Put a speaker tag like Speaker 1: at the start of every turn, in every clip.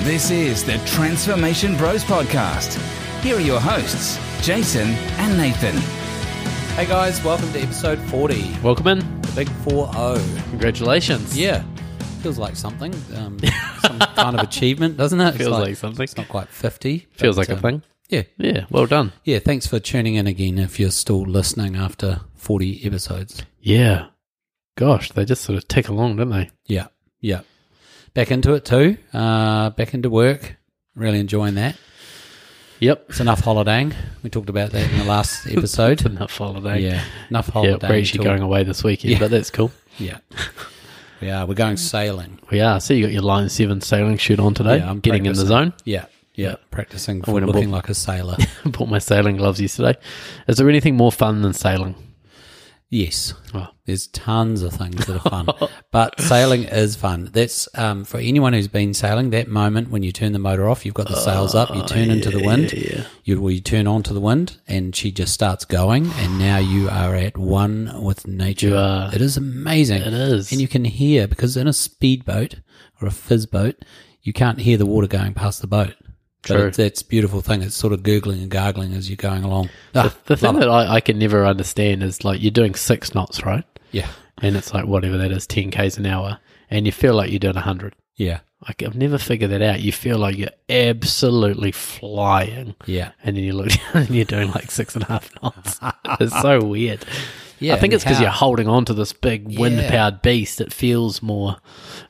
Speaker 1: This is the Transformation Bros Podcast. Here are your hosts, Jason and Nathan.
Speaker 2: Hey guys, welcome to episode 40,
Speaker 3: Welcome in.
Speaker 2: the big 4-0.
Speaker 3: Congratulations.
Speaker 2: Yeah, feels like something, um, some kind of achievement, doesn't it? It's
Speaker 3: Feels like something.
Speaker 2: It's not quite 50.
Speaker 3: Feels
Speaker 2: but,
Speaker 3: like a
Speaker 2: uh,
Speaker 3: thing.
Speaker 2: Yeah,
Speaker 3: Yeah. Well done.
Speaker 2: yeah, thanks for tuning in again if you're still listening after 40 episodes.
Speaker 3: Yeah. Gosh, they just sort of tick along, don't they?
Speaker 2: Yeah, yeah. Back into it too, uh, back into work, really enjoying that.
Speaker 3: Yep.
Speaker 2: It's enough holidaying, we talked about that in the last
Speaker 3: It's
Speaker 2: episode.
Speaker 3: enough holiday.
Speaker 2: yeah, enough
Speaker 3: Yeah,
Speaker 2: holidaying.
Speaker 3: we're actually
Speaker 2: talk-
Speaker 3: going away this weekend,
Speaker 2: Yeah.
Speaker 3: but that's cool.
Speaker 2: Yeah. We are. We're going sailing.
Speaker 3: We are. So you got your Lion 7 sailing shirt on today.
Speaker 2: Yeah, I'm
Speaker 3: getting in the
Speaker 2: practicing.
Speaker 3: zone.
Speaker 2: Yeah. Yeah. Practicing for
Speaker 3: went and
Speaker 2: looking like a sailor.
Speaker 3: Bought my sailing gloves yesterday. Is there anything more fun than sailing?
Speaker 2: yes.
Speaker 3: Oh.
Speaker 2: There's tons of things that are fun, but sailing is fun. That's um, for anyone who's been sailing. That moment when you turn the motor off, you've got the sails up, you
Speaker 3: Ah,
Speaker 2: turn into the wind, you well, you turn onto the wind, and she just starts going, and now you are at one with nature.
Speaker 3: You are.
Speaker 2: It is amazing.
Speaker 3: It is.
Speaker 2: and you can hear because in a speedboat or a fizz boat, you can't hear the water going past the boat. But
Speaker 3: True.
Speaker 2: it's, that's a beautiful thing. It's sort of gurgling and gargling as you're going along. Ah,
Speaker 3: The thing that I, I can never understand is like you're doing six knots, right?
Speaker 2: yeah,
Speaker 3: And it's like whatever that is, 10 Ks an hour. And you feel like you're doing 100.
Speaker 2: yeah,
Speaker 3: Like I've never figured that out. You feel like you're absolutely flying,
Speaker 2: yeah.
Speaker 3: and then you look down and you're doing like six and a half knots. it's so weird.
Speaker 2: Yeah,
Speaker 3: I think
Speaker 2: and
Speaker 3: it's because
Speaker 2: how-
Speaker 3: you're holding on to this big wind-powered beast. It feels more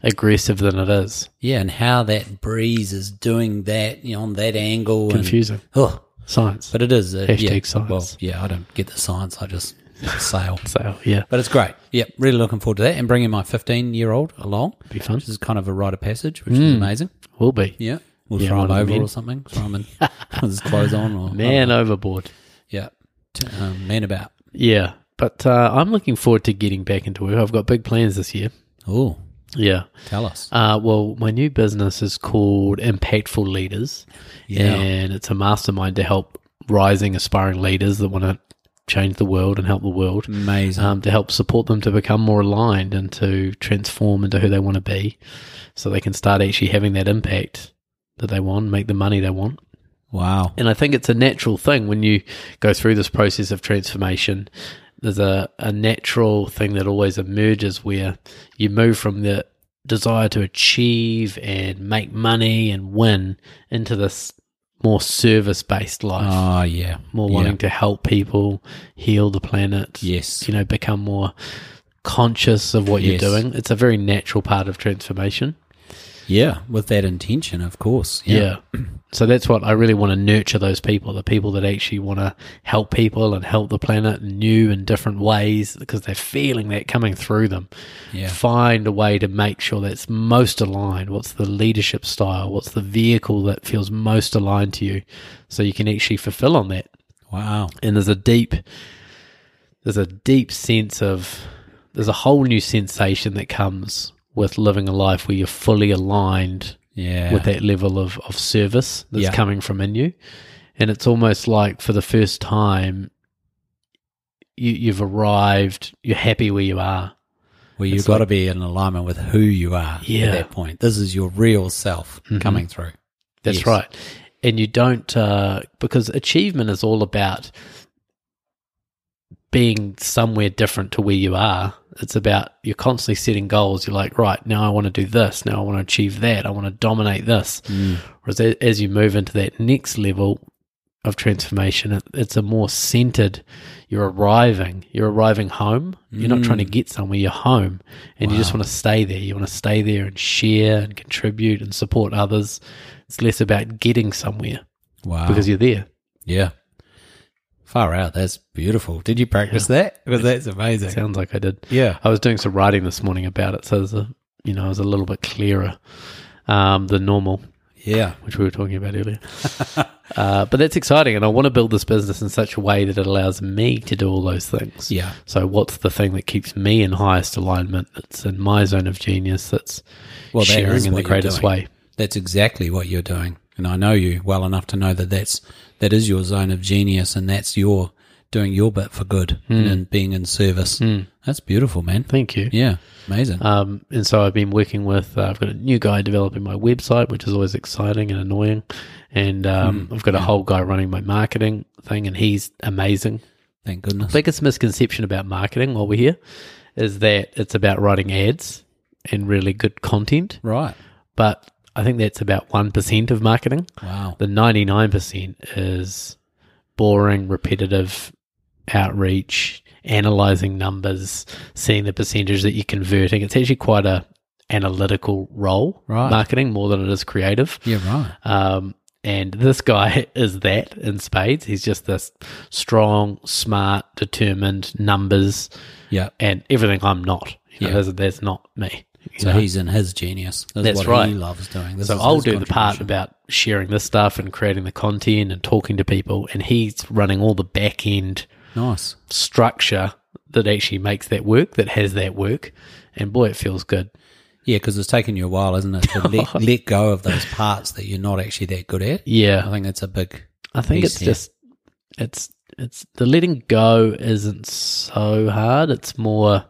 Speaker 3: aggressive than it is.
Speaker 2: Yeah, and how that breeze is doing that you know, on that angle. and-
Speaker 3: Confusing
Speaker 2: oh,
Speaker 3: science,
Speaker 2: but it is. Uh,
Speaker 3: Hashtag
Speaker 2: yeah.
Speaker 3: science.
Speaker 2: Well, yeah, I don't get the science. I just sail.
Speaker 3: so yeah,
Speaker 2: But it's great. Yeah, really looking forward to that and bringing my 15 year old along.
Speaker 3: be fun.
Speaker 2: This is kind of a rite of passage, which is amazing.
Speaker 3: Will be
Speaker 2: Yeah. We'll
Speaker 3: Yeah,
Speaker 2: throw him
Speaker 3: one of
Speaker 2: over
Speaker 3: the men.
Speaker 2: or something. Throw him in with his clothes on. Or,
Speaker 3: man overboard.
Speaker 2: Yeah. T- Um, man about.
Speaker 3: Yeah, but uh, I'm looking forward to getting back into work. I've got big plans this year.
Speaker 2: Oh,
Speaker 3: Yeah,
Speaker 2: tell us.
Speaker 3: Uh, well, my new business is called Impactful Leaders,
Speaker 2: Yeah.
Speaker 3: and it's a mastermind to help rising, aspiring leaders that want to change the world and help the world,
Speaker 2: Amazing.
Speaker 3: um, to help support them to become more aligned and to transform into who they want to be, so they can start actually having that impact that they want, make the money they want.
Speaker 2: wow.
Speaker 3: And I think it's a natural thing when you go through this process of transformation. There's a, a natural thing that always emerges where you move from the desire to achieve and make money and win into this more service based life,
Speaker 2: Oh, yeah.
Speaker 3: more
Speaker 2: yeah.
Speaker 3: wanting to help people, heal the planet,
Speaker 2: Yes.
Speaker 3: you know, become more conscious of what
Speaker 2: Yes.
Speaker 3: you're doing. It's a very natural part of transformation.
Speaker 2: Yeah. With that intention, of course.
Speaker 3: Yeah. So that's what I really want to nurture those people, the people that actually want to help people and help the planet in new and different ways because they're feeling that coming through them.
Speaker 2: Yeah.
Speaker 3: Find a way to make sure that's most aligned. What's the leadership style? What's the vehicle that feels most aligned to you so you can actually fulfill on that?
Speaker 2: Wow.
Speaker 3: and there's a deep there's a deep sense of there's a whole new sensation that comes with living a life where you're fully aligned
Speaker 2: Yeah.
Speaker 3: with that level of, of service that's
Speaker 2: Yeah.
Speaker 3: coming from in you and it's almost like for the first time you, you've arrived you're happy where you are
Speaker 2: Well, you've got to be in alignment with who you are
Speaker 3: Yeah.
Speaker 2: at
Speaker 3: Mm-hmm.
Speaker 2: that point. This is your real self coming through.
Speaker 3: That's
Speaker 2: Yes.
Speaker 3: right. And you don't, uh, because achievement is all about being somewhere different to where you are. It's about you're constantly setting goals. You're like, right, now I want to do this. Now I want to achieve that. I want to dominate this.
Speaker 2: Mm.
Speaker 3: Whereas a- as you move into that next level of transformation, it, it's a more centered, you're arriving, you're arriving home. You're not trying to
Speaker 2: Mm.
Speaker 3: get somewhere, you're home. And you just want to stay there. You want to stay there and share and contribute and support others. It's less about getting somewhere
Speaker 2: Wow.
Speaker 3: because you're there.
Speaker 2: yeah. Far out. That's beautiful. Did you practice that? Because that's amazing.
Speaker 3: Sounds like I did.
Speaker 2: yeah.
Speaker 3: I was doing some writing this morning about it, so there's a, you know, I was a little bit clearer um, than normal.
Speaker 2: Yeah.
Speaker 3: which we were talking about earlier. uh, but that's exciting, and I want to build this business in such a way that it allows me to do all those things.
Speaker 2: Yeah.
Speaker 3: So, what's the thing that keeps me in highest alignment? That's in my zone of genius. That's
Speaker 2: Well, that
Speaker 3: sharing
Speaker 2: is
Speaker 3: in the
Speaker 2: what you're
Speaker 3: greatest
Speaker 2: doing.
Speaker 3: way.
Speaker 2: That's exactly what you're doing. And I know you well enough to know that that's, that is your zone of genius and that's your, doing your bit for good and being in service. That's beautiful, man.
Speaker 3: Hmm. Thank you.
Speaker 2: Yeah, amazing.
Speaker 3: Um, and so I've been working with, uh, I've got a new guy developing my website, which is always exciting and annoying. And um,
Speaker 2: Hmm.
Speaker 3: I've got a whole guy running my marketing thing, and he's amazing.
Speaker 2: Thank goodness.
Speaker 3: Biggest misconception about marketing while we're here is that it's about writing ads and really good content.
Speaker 2: Right.
Speaker 3: But I think that's about 1% of marketing.
Speaker 2: Wow.
Speaker 3: The 99% is boring, repetitive outreach, analyzing numbers, seeing the percentage that you're converting. It's actually quite a analytical role,
Speaker 2: Right.
Speaker 3: marketing more than it is creative.
Speaker 2: Yeah, right.
Speaker 3: Um, and this guy is that in spades. He's just this strong, smart, determined numbers
Speaker 2: Yeah.
Speaker 3: and everything I'm not. You know,
Speaker 2: Yeah.
Speaker 3: that's, that's not me. you
Speaker 2: So
Speaker 3: know?
Speaker 2: he's in his genius. That's,
Speaker 3: That's
Speaker 2: what he
Speaker 3: right.
Speaker 2: loves doing. This
Speaker 3: So
Speaker 2: is
Speaker 3: I'll
Speaker 2: his
Speaker 3: do the part
Speaker 2: contribution.
Speaker 3: about sharing this stuff and creating the content and talking to people, and he's running all the back end
Speaker 2: Nice.
Speaker 3: structure that actually makes that work, that has that work, and boy, it feels good.
Speaker 2: Yeah, because it's taken you a while, isn't it, to let, let go of those parts that you're not actually that good at. I
Speaker 3: Yeah,
Speaker 2: think that's a big.
Speaker 3: I think
Speaker 2: Yes,
Speaker 3: it's
Speaker 2: yeah.
Speaker 3: just it's it's the letting go isn't so hard. It's more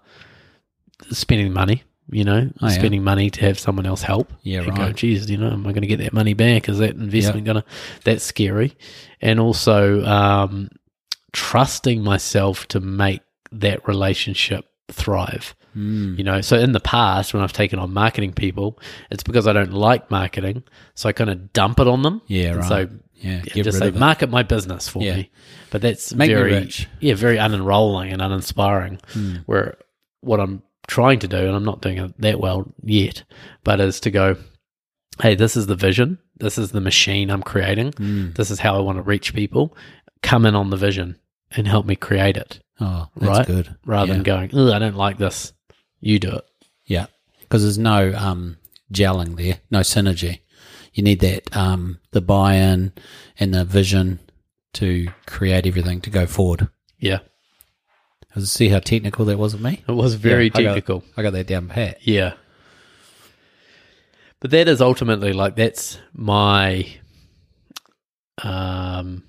Speaker 3: spending money. You know,
Speaker 2: Oh, yeah.
Speaker 3: spending money to have someone else help.
Speaker 2: Yeah,
Speaker 3: You Go,
Speaker 2: right.
Speaker 3: Geez, you know, am I going to get that money back? Is that investment going to? That's scary, and also um, trusting myself to make that relationship thrive.
Speaker 2: Mm,
Speaker 3: You know, so in the past when I've taken on marketing people, it's because I don't like marketing, so I kind of dump it on them.
Speaker 2: yeah,
Speaker 3: And
Speaker 2: right.
Speaker 3: So
Speaker 2: yeah,
Speaker 3: yeah,
Speaker 2: get
Speaker 3: just
Speaker 2: rid
Speaker 3: say
Speaker 2: of it.
Speaker 3: market my business for
Speaker 2: Yeah.
Speaker 3: me, but that's
Speaker 2: Make me
Speaker 3: very
Speaker 2: rich. Hmm.
Speaker 3: yeah, very unenrolling and uninspiring. Where what I'm trying to do, and I'm not doing it that well yet, but is to go, hey, this is the vision, this is the machine I'm creating,
Speaker 2: Hmm.
Speaker 3: this is how I want to reach people. Come in on the vision and help me create it,
Speaker 2: Oh, that's
Speaker 3: right?
Speaker 2: good.
Speaker 3: rather
Speaker 2: yeah.
Speaker 3: than going, Ugh, I don't like this, you do it.
Speaker 2: Yeah, because there's no um, gelling there, no synergy. You need that um, the buy-in and the vision to create everything to go forward.
Speaker 3: Yeah,
Speaker 2: See how technical that was of me.
Speaker 3: it was very
Speaker 2: Yeah, I got-
Speaker 3: technical.
Speaker 2: I got, that down pat.
Speaker 3: Yeah. But that is ultimately like that's my um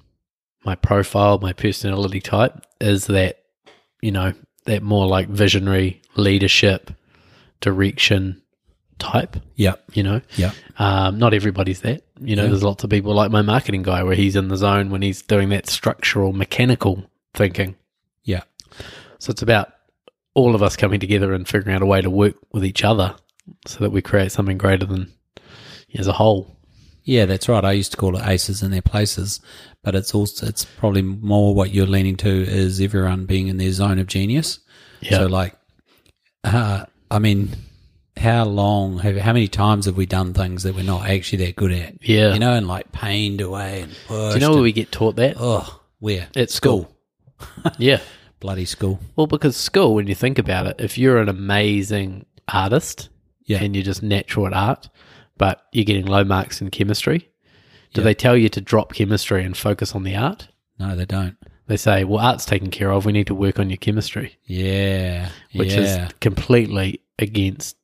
Speaker 3: my profile, my personality type is that you know, that more like visionary leadership direction type,
Speaker 2: Yep.
Speaker 3: you know.
Speaker 2: Yep.
Speaker 3: Um, not everybody's that. You know,
Speaker 2: Yeah.
Speaker 3: there's lots of people like my marketing guy where he's in the zone when he's doing that structural mechanical thinking.
Speaker 2: Yeah.
Speaker 3: So it's about all of us coming together and figuring out a way to work with each other so that we create something greater than as a whole.
Speaker 2: Yeah, that's right. I used to call it aces in their places, but it's also it's probably more what you're leaning to is everyone being in their zone of genius.
Speaker 3: Yeah.
Speaker 2: So like, uh, I mean, how long have how many times have we done things that we're not actually that good at?
Speaker 3: Yeah.
Speaker 2: You know, and like pained away and pushed.
Speaker 3: Do you know where we get taught that?
Speaker 2: oh, where
Speaker 3: At school. yeah.
Speaker 2: bloody school?
Speaker 3: Well, because school, when you think about it, if you're an amazing artist
Speaker 2: Yeah.
Speaker 3: and you're just natural at art, but you're getting low marks in chemistry, do they tell you to drop chemistry and focus on the art?
Speaker 2: No, they don't.
Speaker 3: They say, well, art's taken care of. We need to work on your chemistry,
Speaker 2: Yeah,
Speaker 3: which
Speaker 2: yeah,
Speaker 3: is completely against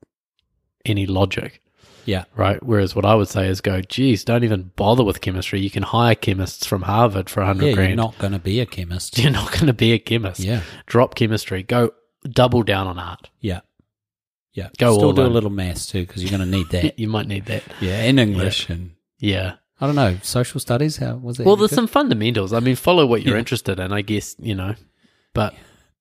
Speaker 3: any logic.
Speaker 2: yeah,
Speaker 3: right? Whereas what I would say is go, geez, don't even bother with chemistry. You can hire chemists from Harvard for a hundred
Speaker 2: yeah.
Speaker 3: grand.
Speaker 2: You're not going to be a chemist.
Speaker 3: You're not going to be a chemist.
Speaker 2: Yeah.
Speaker 3: Drop chemistry. Go double down on art.
Speaker 2: Yeah, yeah.
Speaker 3: Go
Speaker 2: Still
Speaker 3: all
Speaker 2: do a
Speaker 3: in.
Speaker 2: little maths too because you're going to need that.
Speaker 3: You might need that.
Speaker 2: yeah, and English and
Speaker 3: Yeah.
Speaker 2: I don't know social studies. How was that?
Speaker 3: Well,
Speaker 2: any
Speaker 3: there's
Speaker 2: good?
Speaker 3: some fundamentals. I mean, follow what you're
Speaker 2: Yeah.
Speaker 3: interested in, I guess, you know, but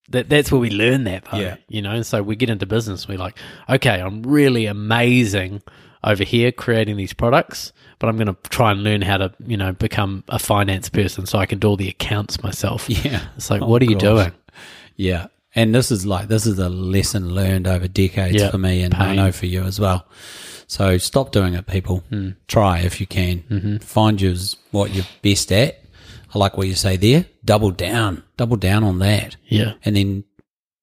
Speaker 3: that, that's where we learn that, though,
Speaker 2: Yeah.
Speaker 3: you know, and so we get into business. We're like, okay, I'm really amazing over here creating these products, but I'm going to try and learn how to, you know, become a finance person so I can do all the accounts myself.
Speaker 2: Yeah.
Speaker 3: It's like,
Speaker 2: Oh,
Speaker 3: what are you
Speaker 2: gosh.
Speaker 3: doing?
Speaker 2: Yeah. And this is like this is a lesson learned over decades
Speaker 3: Yeah.
Speaker 2: for me, and I
Speaker 3: Pain.
Speaker 2: know for you as well. So stop doing it, people.
Speaker 3: Hmm.
Speaker 2: Try if you can.
Speaker 3: Mm-hmm.
Speaker 2: Find you what you're best at. I like what you say there. Double down, double down on that,
Speaker 3: Yeah.
Speaker 2: and then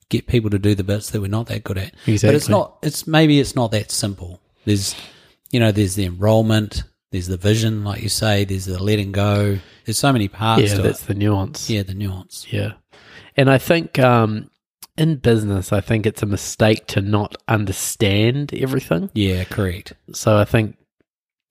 Speaker 2: get people to do the bits that we're not that good at. But it's
Speaker 3: Exactly.
Speaker 2: not. It's maybe it's not that simple. There's, you know, there's the enrollment. There's the vision, like you say. There's the letting go. There's so many parts
Speaker 3: Yeah.
Speaker 2: to
Speaker 3: That's
Speaker 2: it.
Speaker 3: the nuance.
Speaker 2: Yeah, the nuance.
Speaker 3: Yeah. And I think um, in business, I think it's a mistake to not understand everything.
Speaker 2: Yeah, correct.
Speaker 3: So I think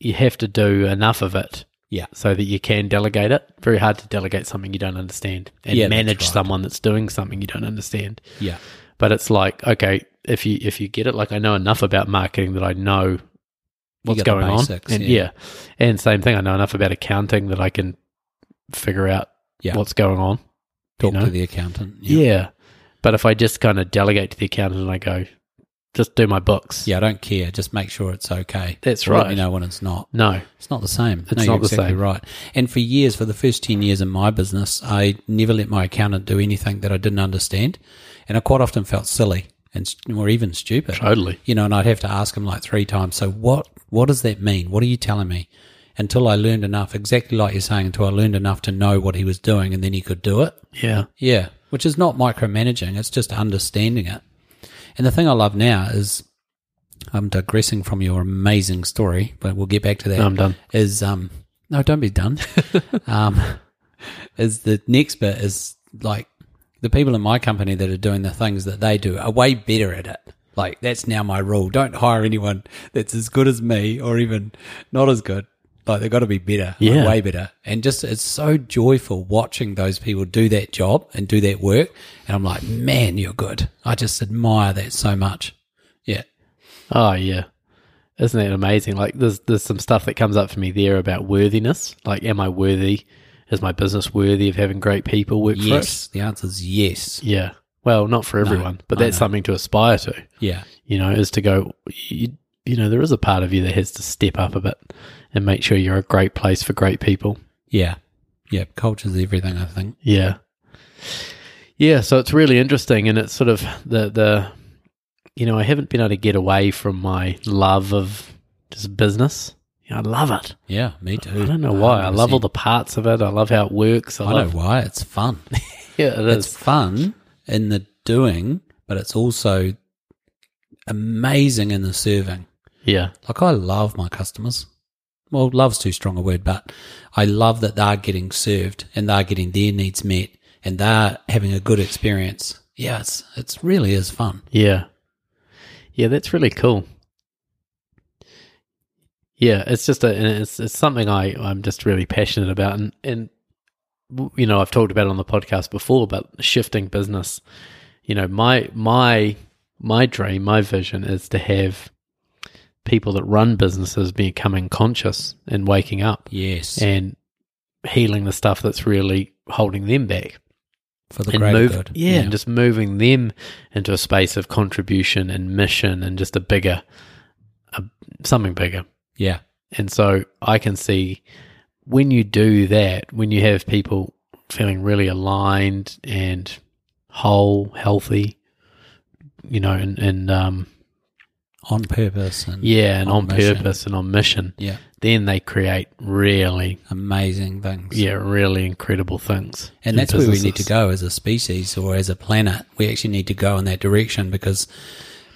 Speaker 3: you have to do enough of it
Speaker 2: Yeah.
Speaker 3: so that you can delegate it. Very hard to delegate something you don't understand and
Speaker 2: Yeah, that's
Speaker 3: manage
Speaker 2: right.
Speaker 3: someone that's doing something you don't understand.
Speaker 2: Yeah.
Speaker 3: But it's like, okay, if you if you get it, like I know enough about marketing that I know what's
Speaker 2: get the
Speaker 3: going on.
Speaker 2: basics,
Speaker 3: And
Speaker 2: yeah.
Speaker 3: yeah. And same thing, I know enough about accounting that I can figure out
Speaker 2: Yeah.
Speaker 3: what's going on.
Speaker 2: Talk
Speaker 3: know?
Speaker 2: to the accountant.
Speaker 3: Yeah. But if I just kind of delegate to the accountant and I go, just do my books.
Speaker 2: Yeah, I don't care. Just make sure it's okay.
Speaker 3: That's
Speaker 2: Let me
Speaker 3: right.
Speaker 2: know when it's not.
Speaker 3: No.
Speaker 2: It's not the same.
Speaker 3: It's
Speaker 2: you're
Speaker 3: not the
Speaker 2: exactly
Speaker 3: same.
Speaker 2: Right. And for years, for the first 10 years in my business, I never let my accountant do anything that I didn't understand. And I quite often felt silly and st- or even stupid.
Speaker 3: Totally.
Speaker 2: You know, and I'd have to ask him like three times. So what, what does that mean? What are you telling me? Until I learned enough, exactly like you're saying, until I learned enough to know what he was doing and then he could do it.
Speaker 3: Yeah.
Speaker 2: Yeah, which is not micromanaging, it's just understanding it. And the thing I love now is I'm digressing from your amazing story, but we'll get back to that.
Speaker 3: No, I'm done.
Speaker 2: Is um no, don't be done. um is the next bit is like the people in my company that are doing the things that they do are way better at it. Like that's now my rule. Don't hire anyone that's as good as me or even not as good. Like they've got to be better. like,
Speaker 3: Yeah.
Speaker 2: way better. And just it's so joyful watching those people do that job and do that work. And I'm like, man, you're good. I just admire that so much. Yeah.
Speaker 3: Oh yeah. Isn't it amazing? Like there's there's some stuff that comes up for me there about worthiness. Like am I worthy? Is my business worthy of having great people work
Speaker 2: Yes. The answer is yes.
Speaker 3: for it? Yeah. Well, not for everyone, but that's something to aspire to.
Speaker 2: Yeah.
Speaker 3: You know, is to go you, you know, there is a part of you that has to step up a bit and make sure you're a great place for great people.
Speaker 2: Yeah. Yeah. Culture's everything, I think.
Speaker 3: Yeah. Yeah, so it's really interesting and it's sort of the the you know, I haven't been able to get away from my love of just business. You know, I love it.
Speaker 2: Yeah. Me too.
Speaker 3: I don't know why. I love all the parts of it. I love how it works. I,
Speaker 2: Um, I know
Speaker 3: love
Speaker 2: why. It's fun.
Speaker 3: yeah, it
Speaker 2: it's
Speaker 3: is.
Speaker 2: fun in the doing, but it's also amazing in the serving.
Speaker 3: Yeah,
Speaker 2: Like I love my customers. Well, love's too strong a word, but I love that they're getting served and they're getting their needs met and they're having a good experience. Yeah, it's it's really is fun.
Speaker 3: yeah, yeah. That's really cool. Yeah, it's just a and it's it's something I I'm just really passionate about and and w- you know I've talked about it on the podcast before, but shifting business. You know my my my dream, my vision is to have people that run businesses becoming conscious and waking up
Speaker 2: Yes,
Speaker 3: and healing the stuff that's really holding them back.
Speaker 2: for the
Speaker 3: and
Speaker 2: greater
Speaker 3: move,
Speaker 2: good.
Speaker 3: Yeah, and just moving them into a space of contribution and mission and just a bigger, a, something bigger.
Speaker 2: yeah,
Speaker 3: And so I can see when you do that, when you have people feeling really aligned and whole, healthy, you know, and, and um,
Speaker 2: on purpose and
Speaker 3: yeah, and on,
Speaker 2: mission.
Speaker 3: purpose and on mission,
Speaker 2: yeah,
Speaker 3: then they create really,
Speaker 2: amazing things.
Speaker 3: yeah, really incredible things.
Speaker 2: And
Speaker 3: in
Speaker 2: that's where we need to
Speaker 3: businesses.
Speaker 2: go as a species or as a planet. We actually need to go in that direction because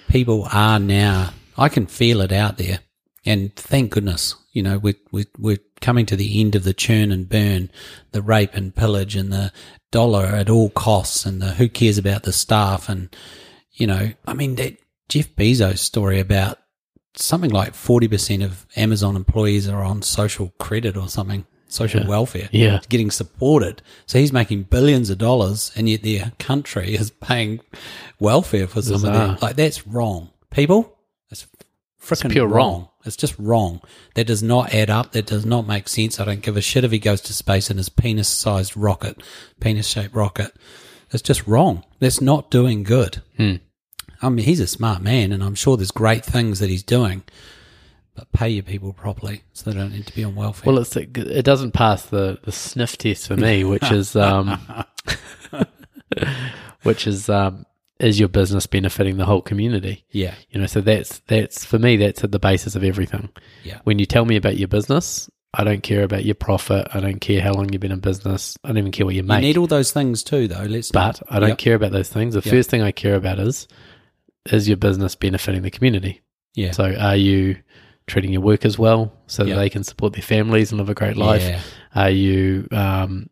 Speaker 2: people are now, I can feel it out there. And thank goodness, you know, we're, we're, we're coming to the end of the churn and burn, the rape and pillage and the dollar at all costs and the who cares about the staff. And, you know, I mean, that Jeff Bezos story about something like 40% of Amazon employees are on social credit or something, social welfare
Speaker 3: Yeah.
Speaker 2: getting supported. So he's making billions of dollars, and yet their country is paying welfare for some of
Speaker 3: Bizarre.
Speaker 2: that. Like that's wrong, people. It's freaking
Speaker 3: pure
Speaker 2: wrong.
Speaker 3: wrong.
Speaker 2: It's just wrong. That does not add up. That does not make sense. I don't give a shit if he goes to space in his penis-sized rocket, penis-shaped rocket. It's just wrong. That's not doing good. I mean, he's a smart man, and I'm sure there's great things that he's doing. But pay your people properly, so they don't need to be on welfare.
Speaker 3: Well, it's it doesn't pass the, the sniff test for me, which is um, which is um, is your business benefiting the whole community?
Speaker 2: yeah,
Speaker 3: You know, so that's that's for me. That's at the basis of everything.
Speaker 2: Yeah.
Speaker 3: When you tell me about your business, I don't care about your profit. I don't care how long you've been in business. I don't even care what you
Speaker 2: you
Speaker 3: make.
Speaker 2: need all those things too, though. Let's not-
Speaker 3: but I don't
Speaker 2: Yep.
Speaker 3: care about those things. The first thing I care about is is your business benefiting the community.
Speaker 2: Yeah.
Speaker 3: So are you treating your workers well so
Speaker 2: Yeah.
Speaker 3: that they can support their families and live a great life?
Speaker 2: Yeah.
Speaker 3: Are you um,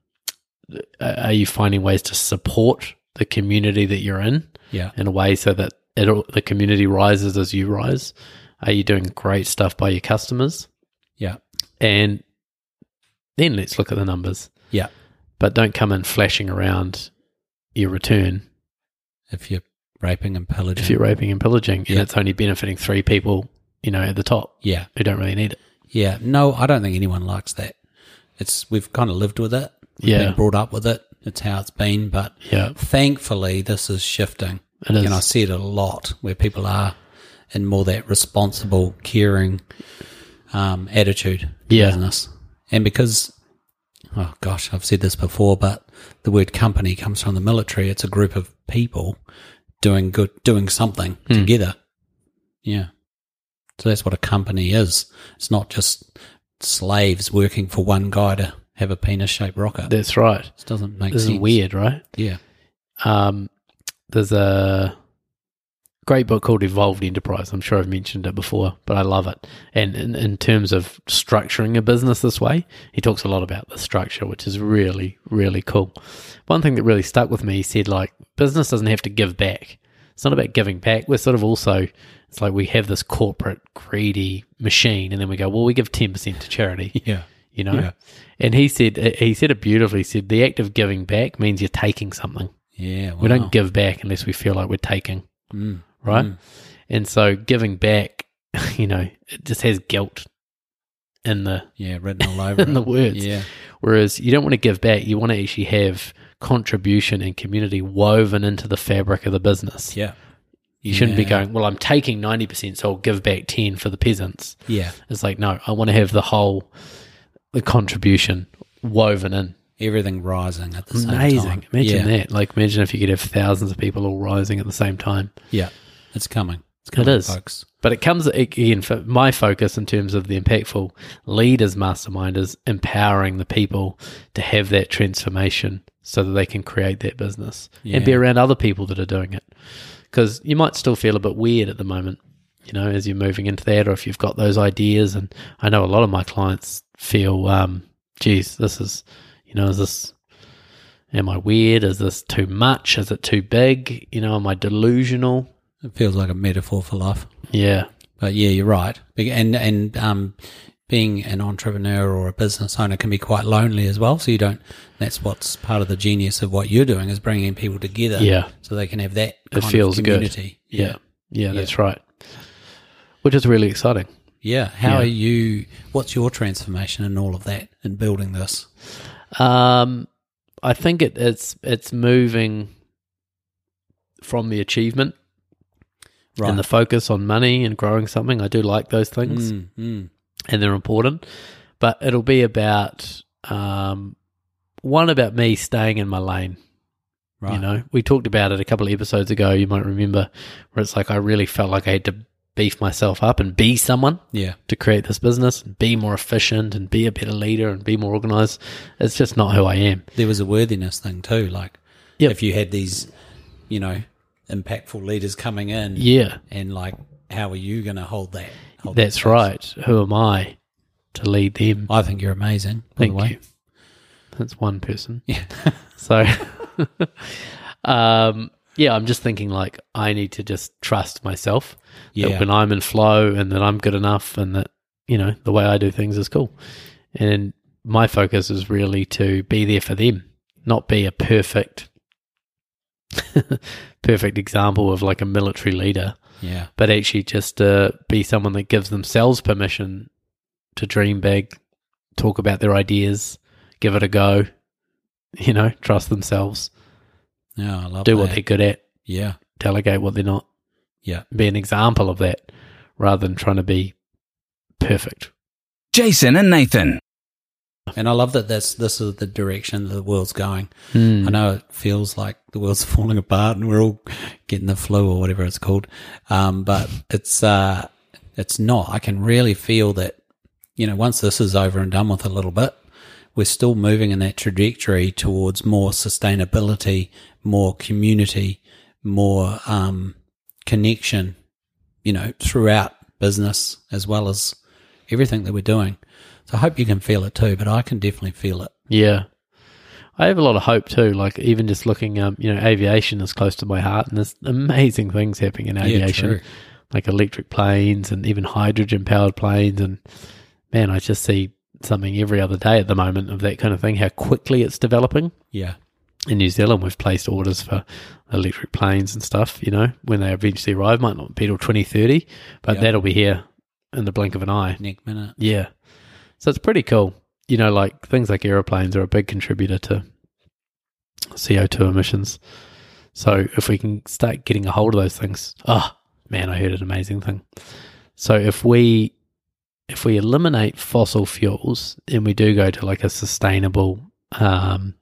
Speaker 3: a- are you finding ways to support the community that you're in
Speaker 2: Yeah.
Speaker 3: in a way so that it all, the community rises as you rise? Are you doing great stuff by your customers?
Speaker 2: Yeah.
Speaker 3: And Then let's look at the numbers.
Speaker 2: Yeah.
Speaker 3: But don't come in flashing around your return
Speaker 2: If you're raping and pillaging.
Speaker 3: if you're raping and pillaging and
Speaker 2: Yeah.
Speaker 3: it's only benefiting three people, you know, at the top
Speaker 2: yeah.
Speaker 3: who don't really need it.
Speaker 2: Yeah. No, I don't think anyone likes that. It's we've kind of lived with it. We've
Speaker 3: Yeah.
Speaker 2: Been brought up with it. It's how it's been. But
Speaker 3: Yeah.
Speaker 2: thankfully this is shifting.
Speaker 3: It is.
Speaker 2: And I see it a lot where people are in more that responsible, caring um, attitude to
Speaker 3: Yeah.
Speaker 2: business. And because oh gosh, I've said this before, but the word company comes from the military. It's a group of people doing good doing something
Speaker 3: Hmm.
Speaker 2: together. Yeah. So that's what a company is. It's not just slaves working for one guy to have a penis shaped rocket. It
Speaker 3: That's right.
Speaker 2: doesn't make
Speaker 3: This
Speaker 2: sense.
Speaker 3: is weird, right?
Speaker 2: Yeah.
Speaker 3: Um, there's a great book called Evolved Enterprise. I'm sure I've mentioned it before, but I love it. And in, in terms of structuring a business this way, he talks a lot about the structure, which is really, really cool. One thing that really stuck with me, he said, like, business doesn't have to give back. It's not about giving back. We're sort of also, it's like we have this corporate greedy machine, and then we go, well, we give 10% to charity
Speaker 2: Yeah.
Speaker 3: you know.
Speaker 2: Yeah.
Speaker 3: And he said he said it beautifully. He said the act of giving back means you're taking something.
Speaker 2: Yeah.
Speaker 3: We
Speaker 2: wow.
Speaker 3: don't give back unless we feel like we're taking,
Speaker 2: Mm.
Speaker 3: right?
Speaker 2: Mm.
Speaker 3: And so giving back, you know, it just has guilt in the.
Speaker 2: Yeah, written all over
Speaker 3: In
Speaker 2: it.
Speaker 3: the words.
Speaker 2: Yeah,
Speaker 3: Whereas you don't want to give back, you want to actually have contribution and community woven into the fabric of the business.
Speaker 2: yeah.
Speaker 3: You shouldn't be
Speaker 2: Yeah.
Speaker 3: going, well, I'm taking 90%, so I'll give back 10 for the peasants.
Speaker 2: Yeah,
Speaker 3: It's like, no, I want to have the whole, the contribution woven in.
Speaker 2: everything rising at the same time.
Speaker 3: Amazing. Imagine
Speaker 2: yeah.
Speaker 3: that. Like, imagine if you could have thousands of people all rising at the same time.
Speaker 2: Yeah, it's coming. It's
Speaker 3: It
Speaker 2: coming,
Speaker 3: is.
Speaker 2: folks.
Speaker 3: But it comes again for my focus in terms of the impactful leaders mastermind is empowering the people to have that transformation so that they can create that business and be
Speaker 2: Yeah.
Speaker 3: around other people that are doing it. Because you might still feel a bit weird at the moment, you know, as you're moving into that or if you've got those ideas. And I know a lot of my clients feel, um, geez, this is, you know, is this Am I weird? Is this too much? Is it too big? You know, am I delusional?
Speaker 2: It feels like a metaphor for life,
Speaker 3: Yeah.
Speaker 2: but yeah, you're right. Be- And and um, being an entrepreneur or a business owner can be quite lonely as well. So you don't. That's what's part of the genius of what you're doing is bringing people together.
Speaker 3: Yeah.
Speaker 2: so they can have that.
Speaker 3: It
Speaker 2: Kind
Speaker 3: feels
Speaker 2: of
Speaker 3: good.
Speaker 2: community.
Speaker 3: Yeah. Yeah, that's right. Which is really exciting.
Speaker 2: yeah. How
Speaker 3: Yeah.
Speaker 2: are you? What's your transformation in all of that in building this?
Speaker 3: Um, I think it, it's it's moving from the achievement
Speaker 2: Right.
Speaker 3: and the focus on money and growing something. I do like those things
Speaker 2: Mm, mm.
Speaker 3: and they're important, but it'll be about um, one about me staying in my lane.
Speaker 2: Right.
Speaker 3: You know, we talked about it a couple of episodes ago. You might remember where it's like I really felt like I had to beef myself up and be someone
Speaker 2: Yeah.
Speaker 3: to create this business and be more efficient and be a better leader and be more organized. It's just not who I am.
Speaker 2: there was a worthiness thing too. Like
Speaker 3: Yep.
Speaker 2: if you had these, you know, impactful leaders coming in,
Speaker 3: Yeah,
Speaker 2: and like, how are you going to hold that? Hold that
Speaker 3: that's
Speaker 2: space?
Speaker 3: right. Who am I to lead them?
Speaker 2: I think you're amazing. By
Speaker 3: Thank
Speaker 2: the way,
Speaker 3: you. That's one person.
Speaker 2: Yeah.
Speaker 3: So, um, yeah, I'm just thinking like I need to just trust myself
Speaker 2: Yeah.
Speaker 3: that when I'm in flow and that I'm good enough and that you know the way I do things is cool. And my focus is really to be there for them, not be a perfect, perfect example of like a military leader,
Speaker 2: yeah,
Speaker 3: but actually just uh, be someone that gives themselves permission to dream big, talk about their ideas, give it a go. You know, trust themselves,
Speaker 2: yeah, I love
Speaker 3: do
Speaker 2: that.
Speaker 3: what they're good at,
Speaker 2: yeah,
Speaker 3: delegate what they're not.
Speaker 2: Yeah.
Speaker 3: Be an example of that rather than trying to be perfect.
Speaker 1: Jason and Nathan.
Speaker 2: and I love that. That's this is the direction that the world's going. I
Speaker 3: Mm.
Speaker 2: know it feels like the world's falling apart and we're all getting the flu or whatever it's called. Um, but it's, uh, it's not. I can really feel that, you know, once this is over and done with a little bit, we're still moving in that trajectory towards more sustainability, more community, more, um, connection, you know, throughout business as well as everything that we're doing. So I hope you can feel it too, but I can definitely feel it.
Speaker 3: Yeah. I have a lot of hope too. Like even just looking, um, you know, aviation is close to my heart, and there's amazing things happening in aviation,
Speaker 2: true.
Speaker 3: like electric planes and even hydrogen powered planes. And man, I just see something every other day at the moment of that kind of thing, how quickly it's developing.
Speaker 2: Yeah.
Speaker 3: In New Zealand, we've placed orders for electric planes and stuff, you know, when they eventually arrive, might not be till 2030, but
Speaker 2: Yeah.
Speaker 3: that'll be here in the blink of an eye.
Speaker 2: Next minute.
Speaker 3: Yeah. So it's pretty cool. You know, like things like aeroplanes are a big contributor to CO2 emissions. So if we can start getting a hold of those things, oh man, I heard an amazing thing. So if we if we eliminate fossil fuels and we do go to like a sustainable um,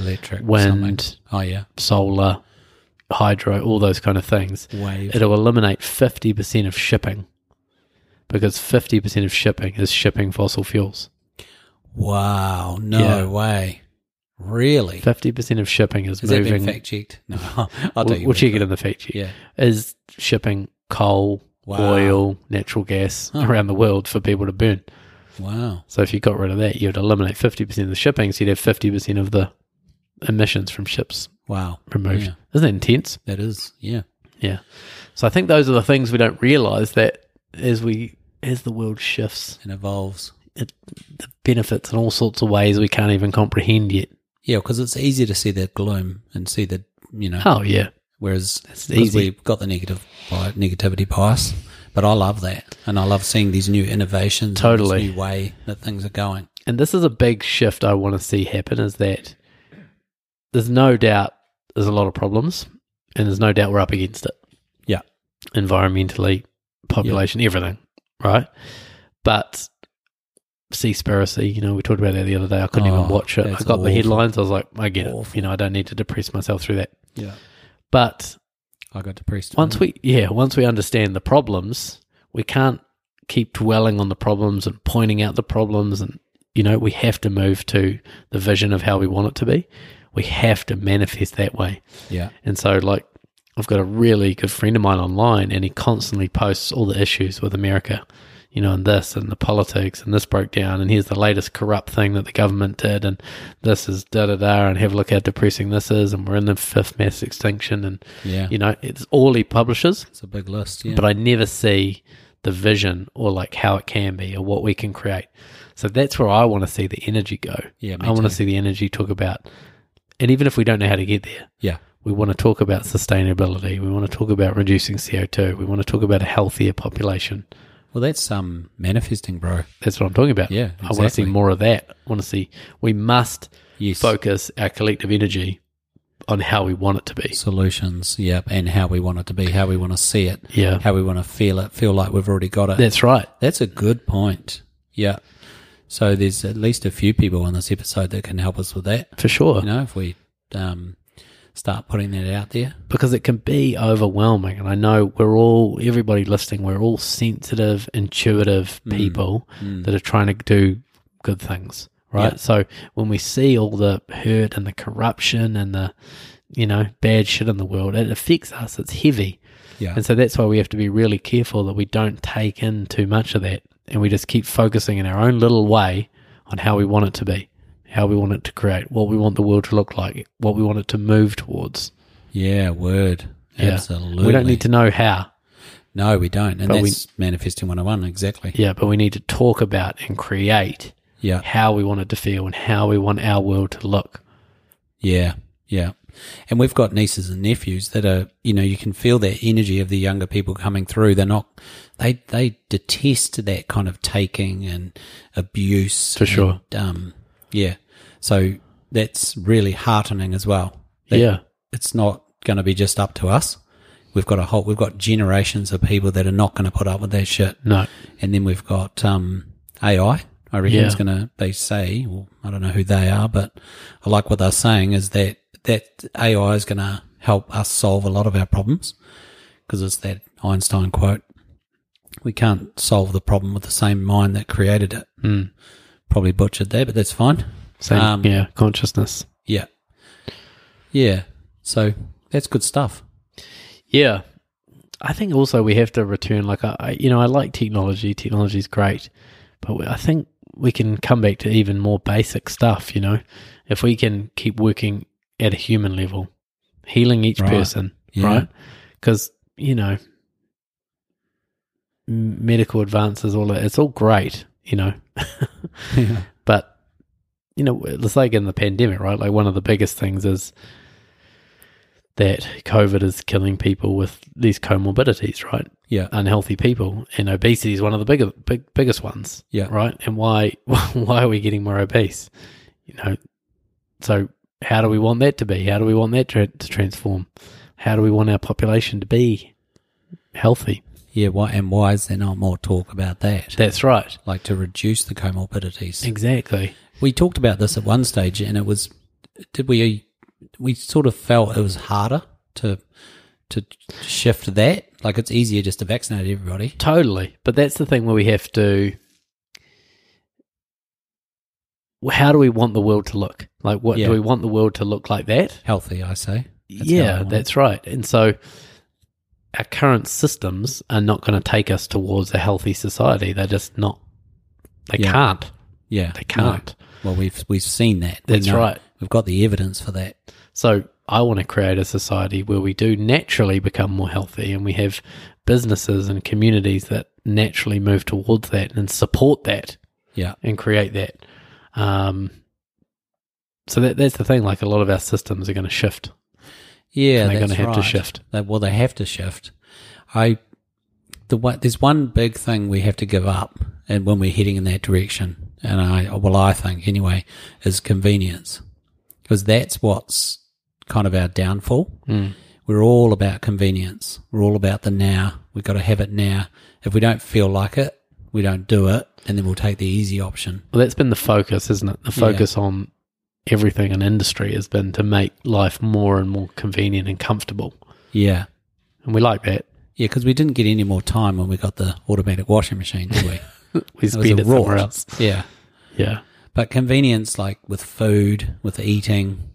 Speaker 2: Electric.
Speaker 3: Wind.
Speaker 2: something. Oh, yeah.
Speaker 3: solar, hydro, all those kind of things,
Speaker 2: Wave.
Speaker 3: it'll eliminate 50% of shipping because 50% of shipping is shipping fossil fuels.
Speaker 2: wow. No
Speaker 3: Yeah.
Speaker 2: way. Really?
Speaker 3: Fifty percent of shipping is
Speaker 2: Has that
Speaker 3: moving.
Speaker 2: been fact checked? No. I'll
Speaker 3: we'll
Speaker 2: take
Speaker 3: we'll check it in the fact sheet.
Speaker 2: Yeah.
Speaker 3: Is shipping coal,
Speaker 2: Wow.
Speaker 3: oil, natural gas around the world for people to burn.
Speaker 2: Wow.
Speaker 3: So if you got rid of that, you'd eliminate fifty percent of the shipping, so you'd have fifty percent of the emissions from ships
Speaker 2: Wow.
Speaker 3: removed.
Speaker 2: Yeah.
Speaker 3: Isn't that intense?
Speaker 2: That is. Yeah.
Speaker 3: Yeah. So I think those are the things we don't realise that as we as the world shifts,
Speaker 2: It evolves.
Speaker 3: it, the benefits in all sorts of ways we can't even comprehend yet.
Speaker 2: Yeah, because it's easy to see the gloom and see the, you know,
Speaker 3: Oh yeah.
Speaker 2: whereas because
Speaker 3: easy.
Speaker 2: we've got the negative bi- negativity bias. But I love that, and I love seeing these new innovations, and this
Speaker 3: Totally.
Speaker 2: new way that things are going.
Speaker 3: and this is a big shift I want to see happen is that there's no doubt there's a lot of problems and there's no doubt we're up against it
Speaker 2: Yeah,
Speaker 3: environmentally, population, everything, right? But Seaspiracy, you know, we talked about that the other day. I couldn't
Speaker 2: Oh,
Speaker 3: even watch it. I
Speaker 2: that's
Speaker 3: got
Speaker 2: awful.
Speaker 3: the headlines. I was like, I get it.
Speaker 2: Awful.
Speaker 3: You know, I don't need to depress myself through that.
Speaker 2: yeah.
Speaker 3: But
Speaker 2: I got depressed
Speaker 3: once we, yeah, once we understand the problems, we can't keep dwelling on the problems and pointing out the problems. And, you know, we have to move to the vision of how we want it to be. We have to manifest that way.
Speaker 2: Yeah,
Speaker 3: And so, like, I've got a really good friend of mine online, and he constantly posts all the issues with America, you know, and this and the politics, and this broke down, and here's the latest corrupt thing that the government did, and this is da da da, and have a look how depressing this is, and we're in the fifth mass extinction, and,
Speaker 2: Yeah.
Speaker 3: you know, it's all he publishes,
Speaker 2: it's a big list. Yeah,
Speaker 3: but I never see the vision or like how it can be or what we can create. So that's where I want to see the energy go.
Speaker 2: Yeah, me
Speaker 3: I want
Speaker 2: too.
Speaker 3: to see the energy talk about, and even if we don't know how to get there,
Speaker 2: yeah,
Speaker 3: we want to talk about sustainability. We want to talk about reducing CO2. We want to talk about a healthier population.
Speaker 2: well, that's um manifesting, bro.
Speaker 3: That's what I'm talking about.
Speaker 2: Yeah,
Speaker 3: I want to see
Speaker 2: exactly.
Speaker 3: more of that. I want to see we must
Speaker 2: Yes,
Speaker 3: focus our collective energy on how we want it to be.
Speaker 2: solutions. Yep, and how we want it to be, how we want to see it,
Speaker 3: Yeah.
Speaker 2: how we want to feel it, feel like we've already got it.
Speaker 3: That's right.
Speaker 2: That's a good point. Yeah. So there's at least a few people on this episode that can help us with that.
Speaker 3: For sure.
Speaker 2: You know, if we um, start putting that out there,
Speaker 3: because it can be overwhelming. And I know we're all, everybody listening, we're all sensitive, intuitive people that are trying to do good things, right?
Speaker 2: Yeah.
Speaker 3: So when we see all the hurt and the corruption and the, you know, bad shit in the world, it affects us. It's heavy.
Speaker 2: yeah,
Speaker 3: And so that's why we have to be really careful that we don't take in too much of that and we just keep focusing in our own little way on how we want it to be, how we want it to create, what we want the world to look like, what we want it to move towards.
Speaker 2: yeah, word,
Speaker 3: Yeah.
Speaker 2: absolutely.
Speaker 3: We don't need to know how.
Speaker 2: No, we don't, and
Speaker 3: But we-
Speaker 2: that's manifesting 101, exactly.
Speaker 3: Yeah, but we need to talk about and create
Speaker 2: Yeah,
Speaker 3: how we want it to feel and how we want our world to look.
Speaker 2: yeah, yeah. And we've got nieces and nephews that are, you know, you can feel that energy of the younger people coming through. They're not, they they detest that kind of taking and abuse
Speaker 3: For sure.
Speaker 2: Um, yeah, so that's really heartening as well. That
Speaker 3: yeah.
Speaker 2: it's not going to be just up to us. We've got a whole, we've got generations of people that are not going to put up with that shit.
Speaker 3: No.
Speaker 2: And then we've got um, AI. I reckon
Speaker 3: Yeah.
Speaker 2: it's going to, they say, well, I don't know who they are, but I like what they're saying is that, that AI is going to help us solve a lot of our problems because it's that Einstein quote. We can't solve the problem with the same mind that created it. Probably butchered there, but that's fine.
Speaker 3: Same,
Speaker 2: Um,
Speaker 3: yeah, consciousness.
Speaker 2: Yeah. Yeah. So that's good stuff.
Speaker 3: Yeah. I think also we have to return like I, I you know, I like technology. Technology's great, but we, I think we can come back to even more basic stuff, you know. If we can keep working at a human level, healing each
Speaker 2: Right.
Speaker 3: person,
Speaker 2: Yeah.
Speaker 3: right? Cuz you know, m- medical advances all that, it's all great, you know.
Speaker 2: Yeah.
Speaker 3: But you know, it's like in the pandemic, right? Like one of the biggest things is that COVID is killing people with these comorbidities, right?
Speaker 2: Yeah. Uh,
Speaker 3: Unhealthy people, and obesity is one of the bigger, big, biggest ones.
Speaker 2: Yeah.
Speaker 3: Right. And why, why are we getting more obese? You know, so how do we want that to be? How do we want that tra- to transform? How do we want our population to be healthy?
Speaker 2: Yeah. Why, and why is there not more talk about that?
Speaker 3: That's right.
Speaker 2: Like to reduce the comorbidities.
Speaker 3: Exactly.
Speaker 2: We talked about this at one stage, and it was did we we sort of felt it was harder to to shift that. Like it's easier just to vaccinate everybody.
Speaker 3: Totally. But that's the thing where we have to. How do we want the world to look? Like, what
Speaker 2: Yeah.
Speaker 3: do we want the world to look like that?
Speaker 2: Healthy, I say. That's how I
Speaker 3: yeah,
Speaker 2: want it.
Speaker 3: that's right. And so our current systems are not going to take us towards a healthy society. They're just not. They
Speaker 2: Yeah.
Speaker 3: can't.
Speaker 2: yeah.
Speaker 3: They
Speaker 2: no.
Speaker 3: can't.
Speaker 2: Well, we've we've seen that. We
Speaker 3: That's
Speaker 2: know.
Speaker 3: right.
Speaker 2: We've got the evidence for that.
Speaker 3: So I want to create a society where we do naturally become more healthy and we have businesses and communities that naturally move towards that and support that.
Speaker 2: Yeah.
Speaker 3: and create that. Um, so that, that's the thing. Like a lot of our systems are going to shift.
Speaker 2: Yeah,
Speaker 3: And they're
Speaker 2: that's
Speaker 3: gonna have to
Speaker 2: right.
Speaker 3: shift.
Speaker 2: They, well, they have to shift. I the one, there's one big thing we have to give up, and when we're heading in that direction, and I well, I think anyway, is convenience because that's what's kind of our downfall.
Speaker 3: Hmm.
Speaker 2: We're all about convenience. We're all about the now. We've got to have it now. If we don't feel like it, we don't do it, and then we'll take the easy option.
Speaker 3: Well, that's been the focus, isn't it? The focus on everything in industry has been to make life more and more convenient and comfortable,
Speaker 2: Yeah.
Speaker 3: and we like that.
Speaker 2: Yeah, because we didn't get any more time when we got the automatic washing machine, did we?
Speaker 3: We
Speaker 2: It was a
Speaker 3: spend it
Speaker 2: rort.
Speaker 3: somewhere else.
Speaker 2: Yeah.
Speaker 3: Yeah,
Speaker 2: But convenience, like with food, with eating,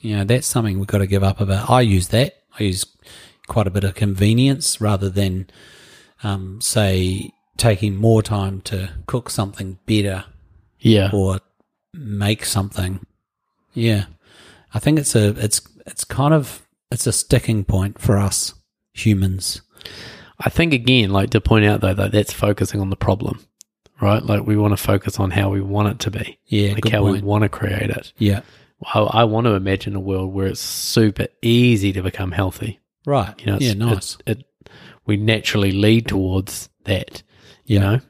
Speaker 2: you know, that's something we've got to give up about. I use that. I use quite a bit of convenience rather than, um, say, taking more time to cook something better
Speaker 3: yeah,
Speaker 2: or make something. Yeah. I think it's a, it's, it's kind of, it's a sticking point for us humans.
Speaker 3: I think again, like to point out though that that's focusing on the problem, right? Like we want to focus on how we want it to be,
Speaker 2: Yeah.
Speaker 3: like
Speaker 2: good
Speaker 3: how we
Speaker 2: point.
Speaker 3: want to create it.
Speaker 2: Yeah.
Speaker 3: I, I want to imagine a world where it's super easy to become healthy.
Speaker 2: Right.
Speaker 3: You know, it's-
Speaker 2: yeah.
Speaker 3: it's-
Speaker 2: Nice.
Speaker 3: It, we naturally lead towards that. You
Speaker 2: Yeah.
Speaker 3: know,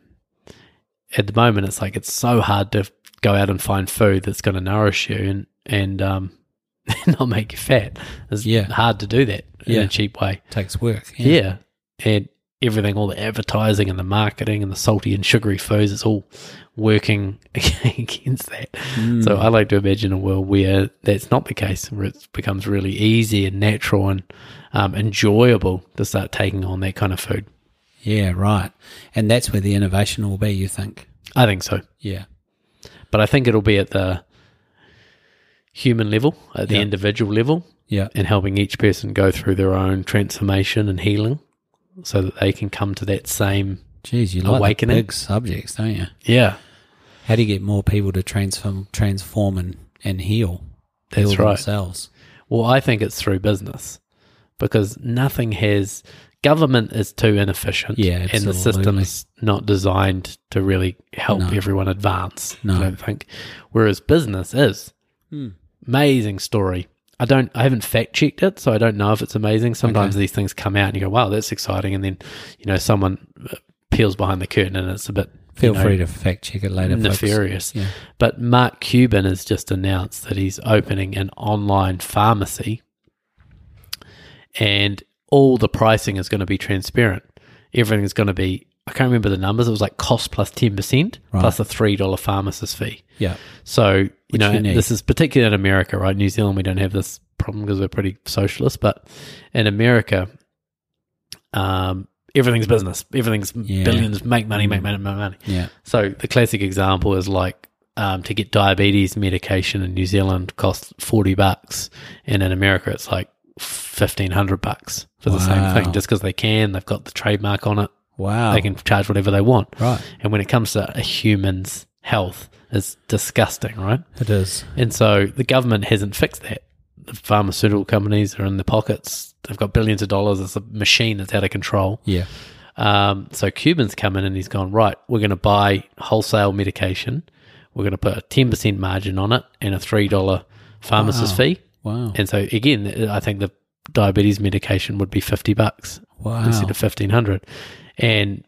Speaker 3: at the moment, it's like it's so hard to go out and find food that's going to nourish you and and um, not make you fat. It's
Speaker 2: Yeah.
Speaker 3: hard to do that in
Speaker 2: Yeah.
Speaker 3: a cheap way.
Speaker 2: Takes work.
Speaker 3: Yeah. and everything, all the advertising and the marketing and the salty and sugary foods, it's all working against that.
Speaker 2: Mm.
Speaker 3: So I like to imagine a world where that's not the case, where it becomes really easy and natural and um, enjoyable to start taking on that kind of food.
Speaker 2: Yeah, right. And that's where the innovation will be, you think?
Speaker 3: I think so,
Speaker 2: Yeah.
Speaker 3: but I think it'll be at the human level, at the
Speaker 2: Yeah.
Speaker 3: individual level,
Speaker 2: Yeah.
Speaker 3: and helping each person go through their own transformation and healing, so that they can come to that same
Speaker 2: Geez, you like the
Speaker 3: Awakening.
Speaker 2: big subjects, don't you?
Speaker 3: yeah
Speaker 2: How do you get more people to transform, transform and, and heal?
Speaker 3: That's
Speaker 2: heal
Speaker 3: right.
Speaker 2: themselves.
Speaker 3: Well, I think it's through business because nothing has government is too inefficient.
Speaker 2: Yeah,
Speaker 3: and the system
Speaker 2: absolutely.
Speaker 3: is not designed to really help
Speaker 2: No.
Speaker 3: everyone advance.
Speaker 2: No. Hmm.
Speaker 3: I don't think. Whereas business is amazing story. I don't. I haven't fact checked it, so I don't know if it's amazing. Sometimes these things come out and you go, "Wow, that's exciting," and then you know someone uh, peels behind the curtain and it's a bit.
Speaker 2: Feel
Speaker 3: you know,
Speaker 2: free to fact check it later. folks.
Speaker 3: nefarious.
Speaker 2: Yeah.
Speaker 3: But Mark Cuban has just announced that he's opening an online pharmacy and all the pricing is going to be transparent. Everything is going to be, I can't remember the numbers, it was like cost plus 10% plus a $3 pharmacist fee.
Speaker 2: Yeah.
Speaker 3: So, you know,
Speaker 2: you
Speaker 3: and
Speaker 2: need.
Speaker 3: this is particularly in America, right? New Zealand, we don't have this problem because we're pretty socialist, but in America, um, everything's business. Everything's billions, make money,
Speaker 2: Mm.
Speaker 3: make money, make money.
Speaker 2: Yeah.
Speaker 3: So the classic example is like um, to get diabetes medication in New Zealand costs forty bucks, and in America it's like fifteen hundred bucks for the
Speaker 2: Wow.
Speaker 3: same thing, just because they can. They've got the trademark on it.
Speaker 2: Wow.
Speaker 3: They can charge whatever they want.
Speaker 2: Right.
Speaker 3: And when it comes to a human's health, it's disgusting, right?
Speaker 2: It is.
Speaker 3: And so the government hasn't fixed that. The pharmaceutical companies are in their pockets. They've got billions of dollars. It's a machine that's out of control.
Speaker 2: Yeah.
Speaker 3: Um, so Cuban's come in and he's gone, right, we're going to buy wholesale medication. We're going to put a ten percent margin on it and a three dollar pharmacist fee.
Speaker 2: Wow.
Speaker 3: And so again, I think the diabetes medication would be fifty bucks
Speaker 2: Wow.
Speaker 3: instead of fifteen hundred. And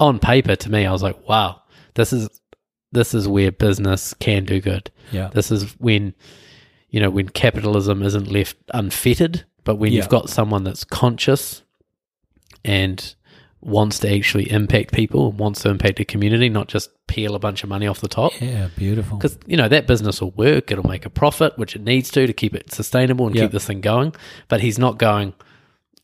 Speaker 3: on paper, to me, I was like, wow, this is this is where business can do good.
Speaker 2: Yeah.
Speaker 3: This is when you know when capitalism isn't left unfettered, but when
Speaker 2: Yeah.
Speaker 3: you've got someone that's conscious and wants to actually impact people and wants to impact the community, not just peel a bunch of money off the top
Speaker 2: Yeah, beautiful.
Speaker 3: because you know that business will work it'll make a profit which it needs to to keep it sustainable and
Speaker 2: Yeah.
Speaker 3: keep this thing going but he's not going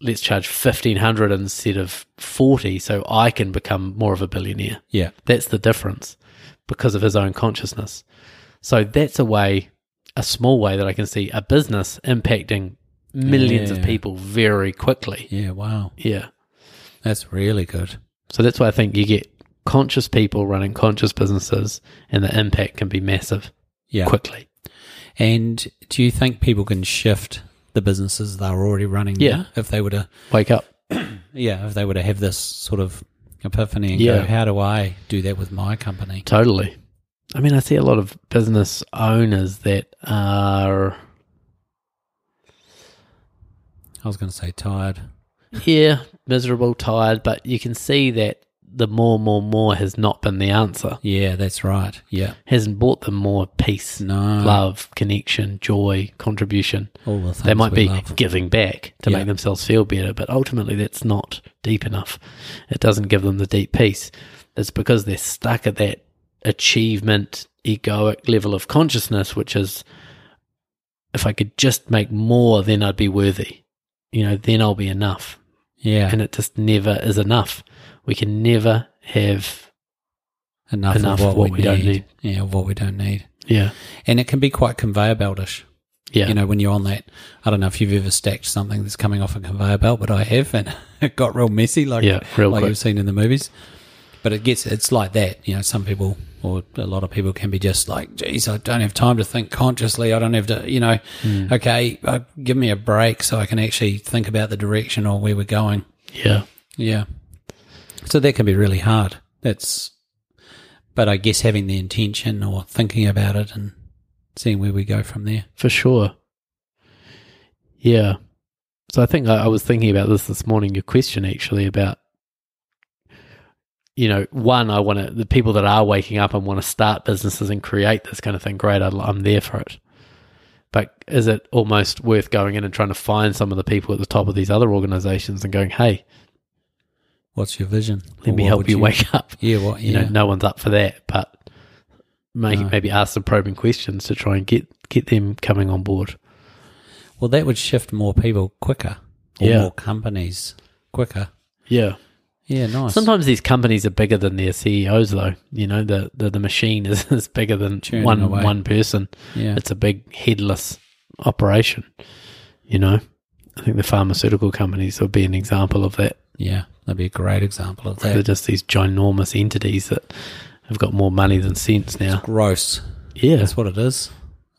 Speaker 3: let's charge 1500 instead of 40 so i can become more of a billionaire
Speaker 2: Yeah.
Speaker 3: that's the difference because of his own consciousness so that's a way a small way that i can see a business impacting millions of
Speaker 2: Yeah.
Speaker 3: people very quickly
Speaker 2: Yeah, wow.
Speaker 3: yeah
Speaker 2: That's really good.
Speaker 3: so that's why i think you get conscious people running conscious businesses and the impact can be massive
Speaker 2: Yeah.
Speaker 3: quickly
Speaker 2: And do you think people can shift the businesses they're already running
Speaker 3: Yeah.
Speaker 2: now if they were to
Speaker 3: wake up
Speaker 2: yeah, if they were to have this sort of epiphany and go,
Speaker 3: Yeah.
Speaker 2: How do I do that with my company?
Speaker 3: Totally. I mean, I see a lot of business owners that are,
Speaker 2: I was gonna say tired.
Speaker 3: yeah, miserable, tired, but you can see that the more, more, more has not been the answer.
Speaker 2: Yeah, that's right. Yeah.
Speaker 3: Hasn't brought them more peace,
Speaker 2: No.
Speaker 3: love, connection, joy, contribution.
Speaker 2: All the things
Speaker 3: they might
Speaker 2: we
Speaker 3: be
Speaker 2: love.
Speaker 3: giving back to
Speaker 2: Yeah.
Speaker 3: make themselves feel better, but ultimately that's not deep enough. It doesn't give them the deep peace. That's because they're stuck at that achievement, egoic level of consciousness, which is if I could just make more, then I'd be worthy. You know, then I'll be enough.
Speaker 2: Yeah.
Speaker 3: And it just never is enough. We can never have,
Speaker 2: enough,
Speaker 3: enough
Speaker 2: of what, we, don't need. Yeah, of what we don't need.
Speaker 3: yeah,
Speaker 2: And it can be quite conveyor beltish.
Speaker 3: yeah,
Speaker 2: You know, when you're on that, I don't know if you've ever stacked something that's coming off a conveyor belt, but I have, and it got real messy, like
Speaker 3: Yeah, real
Speaker 2: like
Speaker 3: quick.
Speaker 2: you've seen in the movies. But it gets, it's like that. You know, some people or a lot of people can be just like, geez, I don't have time to think consciously. I don't have to, you know,
Speaker 3: Hmm.
Speaker 2: okay, uh, give me a break so I can actually think about the direction or where we're going.
Speaker 3: yeah.
Speaker 2: Yeah. So that can be really hard. That's, but I guess having the intention or thinking about it and seeing where we go from there.
Speaker 3: for sure. Yeah. So I think I, I was thinking about this this morning. Your question actually about, you know, one, I want to the people that are waking up and want to start businesses and create this kind of thing. Great, I'd, I'm there for it. But is it almost worth going in and trying to find some of the people at the top of these other organizations and going, hey,
Speaker 2: What's your vision?
Speaker 3: let
Speaker 2: Or
Speaker 3: me
Speaker 2: what
Speaker 3: help
Speaker 2: would
Speaker 3: you, wake up?
Speaker 2: Yeah. What?
Speaker 3: You
Speaker 2: yeah.
Speaker 3: know, no one's up for that. But make, maybe ask some probing questions to try and get get them coming on board.
Speaker 2: Well, that would shift more people quicker or
Speaker 3: Yeah.
Speaker 2: more companies quicker.
Speaker 3: Yeah.
Speaker 2: Yeah. Nice.
Speaker 3: Sometimes these companies are bigger than their CEOs, though. You know, the the, the machine is, is bigger than
Speaker 2: Churning
Speaker 3: one
Speaker 2: away.
Speaker 3: one person.
Speaker 2: Yeah.
Speaker 3: It's a big headless operation. You know, I think the pharmaceutical companies would be an example of that.
Speaker 2: yeah. That'd be a great example of
Speaker 3: They're
Speaker 2: that.
Speaker 3: just these ginormous entities that have got more money than sense now.
Speaker 2: Gross.
Speaker 3: Yeah,
Speaker 2: That's what it is.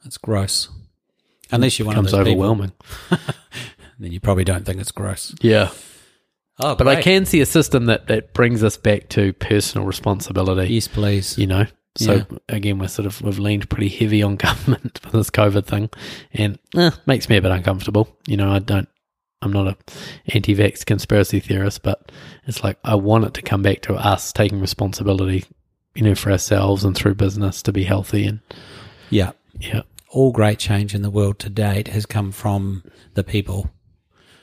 Speaker 2: It's gross. Unless you're one of
Speaker 3: becomes
Speaker 2: those people,
Speaker 3: overwhelming.
Speaker 2: then you probably don't think it's gross.
Speaker 3: Yeah,
Speaker 2: Oh,
Speaker 3: but I can see a system that that brings us back to personal responsibility.
Speaker 2: Yes, please.
Speaker 3: you know. So
Speaker 2: Yeah.
Speaker 3: again, we're sort of we've leaned pretty heavy on government for this COVID thing, and eh, makes me a bit uncomfortable. You know, I don't, I'm not a anti-vax conspiracy theorist, but it's like I want it to come back to us taking responsibility, you know, for ourselves and through business to be healthy and
Speaker 2: Yeah.
Speaker 3: yeah,
Speaker 2: all great change in the world to date has come from the people.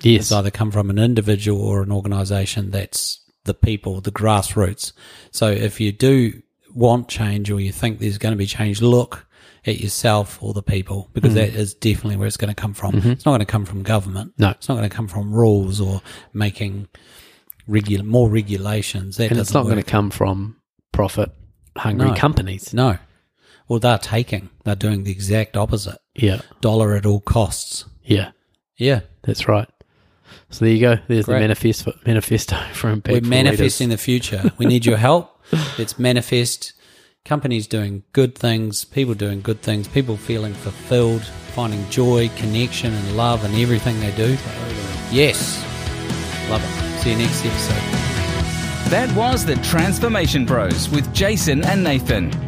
Speaker 3: yes,
Speaker 2: It's either come from an individual or an organization that's the people, the grassroots. So if you do want change or you think there's going to be change, look at yourself or the people because
Speaker 3: Mm-hmm.
Speaker 2: that is definitely where it's going to come from. It's not going to come from government.
Speaker 3: No.
Speaker 2: It's not going to come from rules or making regula- more regulations. That
Speaker 3: and
Speaker 2: doesn't
Speaker 3: it's not
Speaker 2: work.
Speaker 3: going to come from profit hungry
Speaker 2: No.
Speaker 3: companies.
Speaker 2: No. Well, they're taking, they're doing the exact opposite.
Speaker 3: Yeah,
Speaker 2: Dollar at all costs.
Speaker 3: yeah,
Speaker 2: Yeah.
Speaker 3: that's right. So there you go. There's
Speaker 2: Great.
Speaker 3: the manifest for, manifesto for impact.
Speaker 2: We're manifesting the future. We need your help. It's manifest. Companies doing good things, people doing good things, people feeling fulfilled, finding joy, connection, and love in everything they do. Yes. Love it. See you next episode.
Speaker 1: That was the Transformation Bros with Jason and Nathan.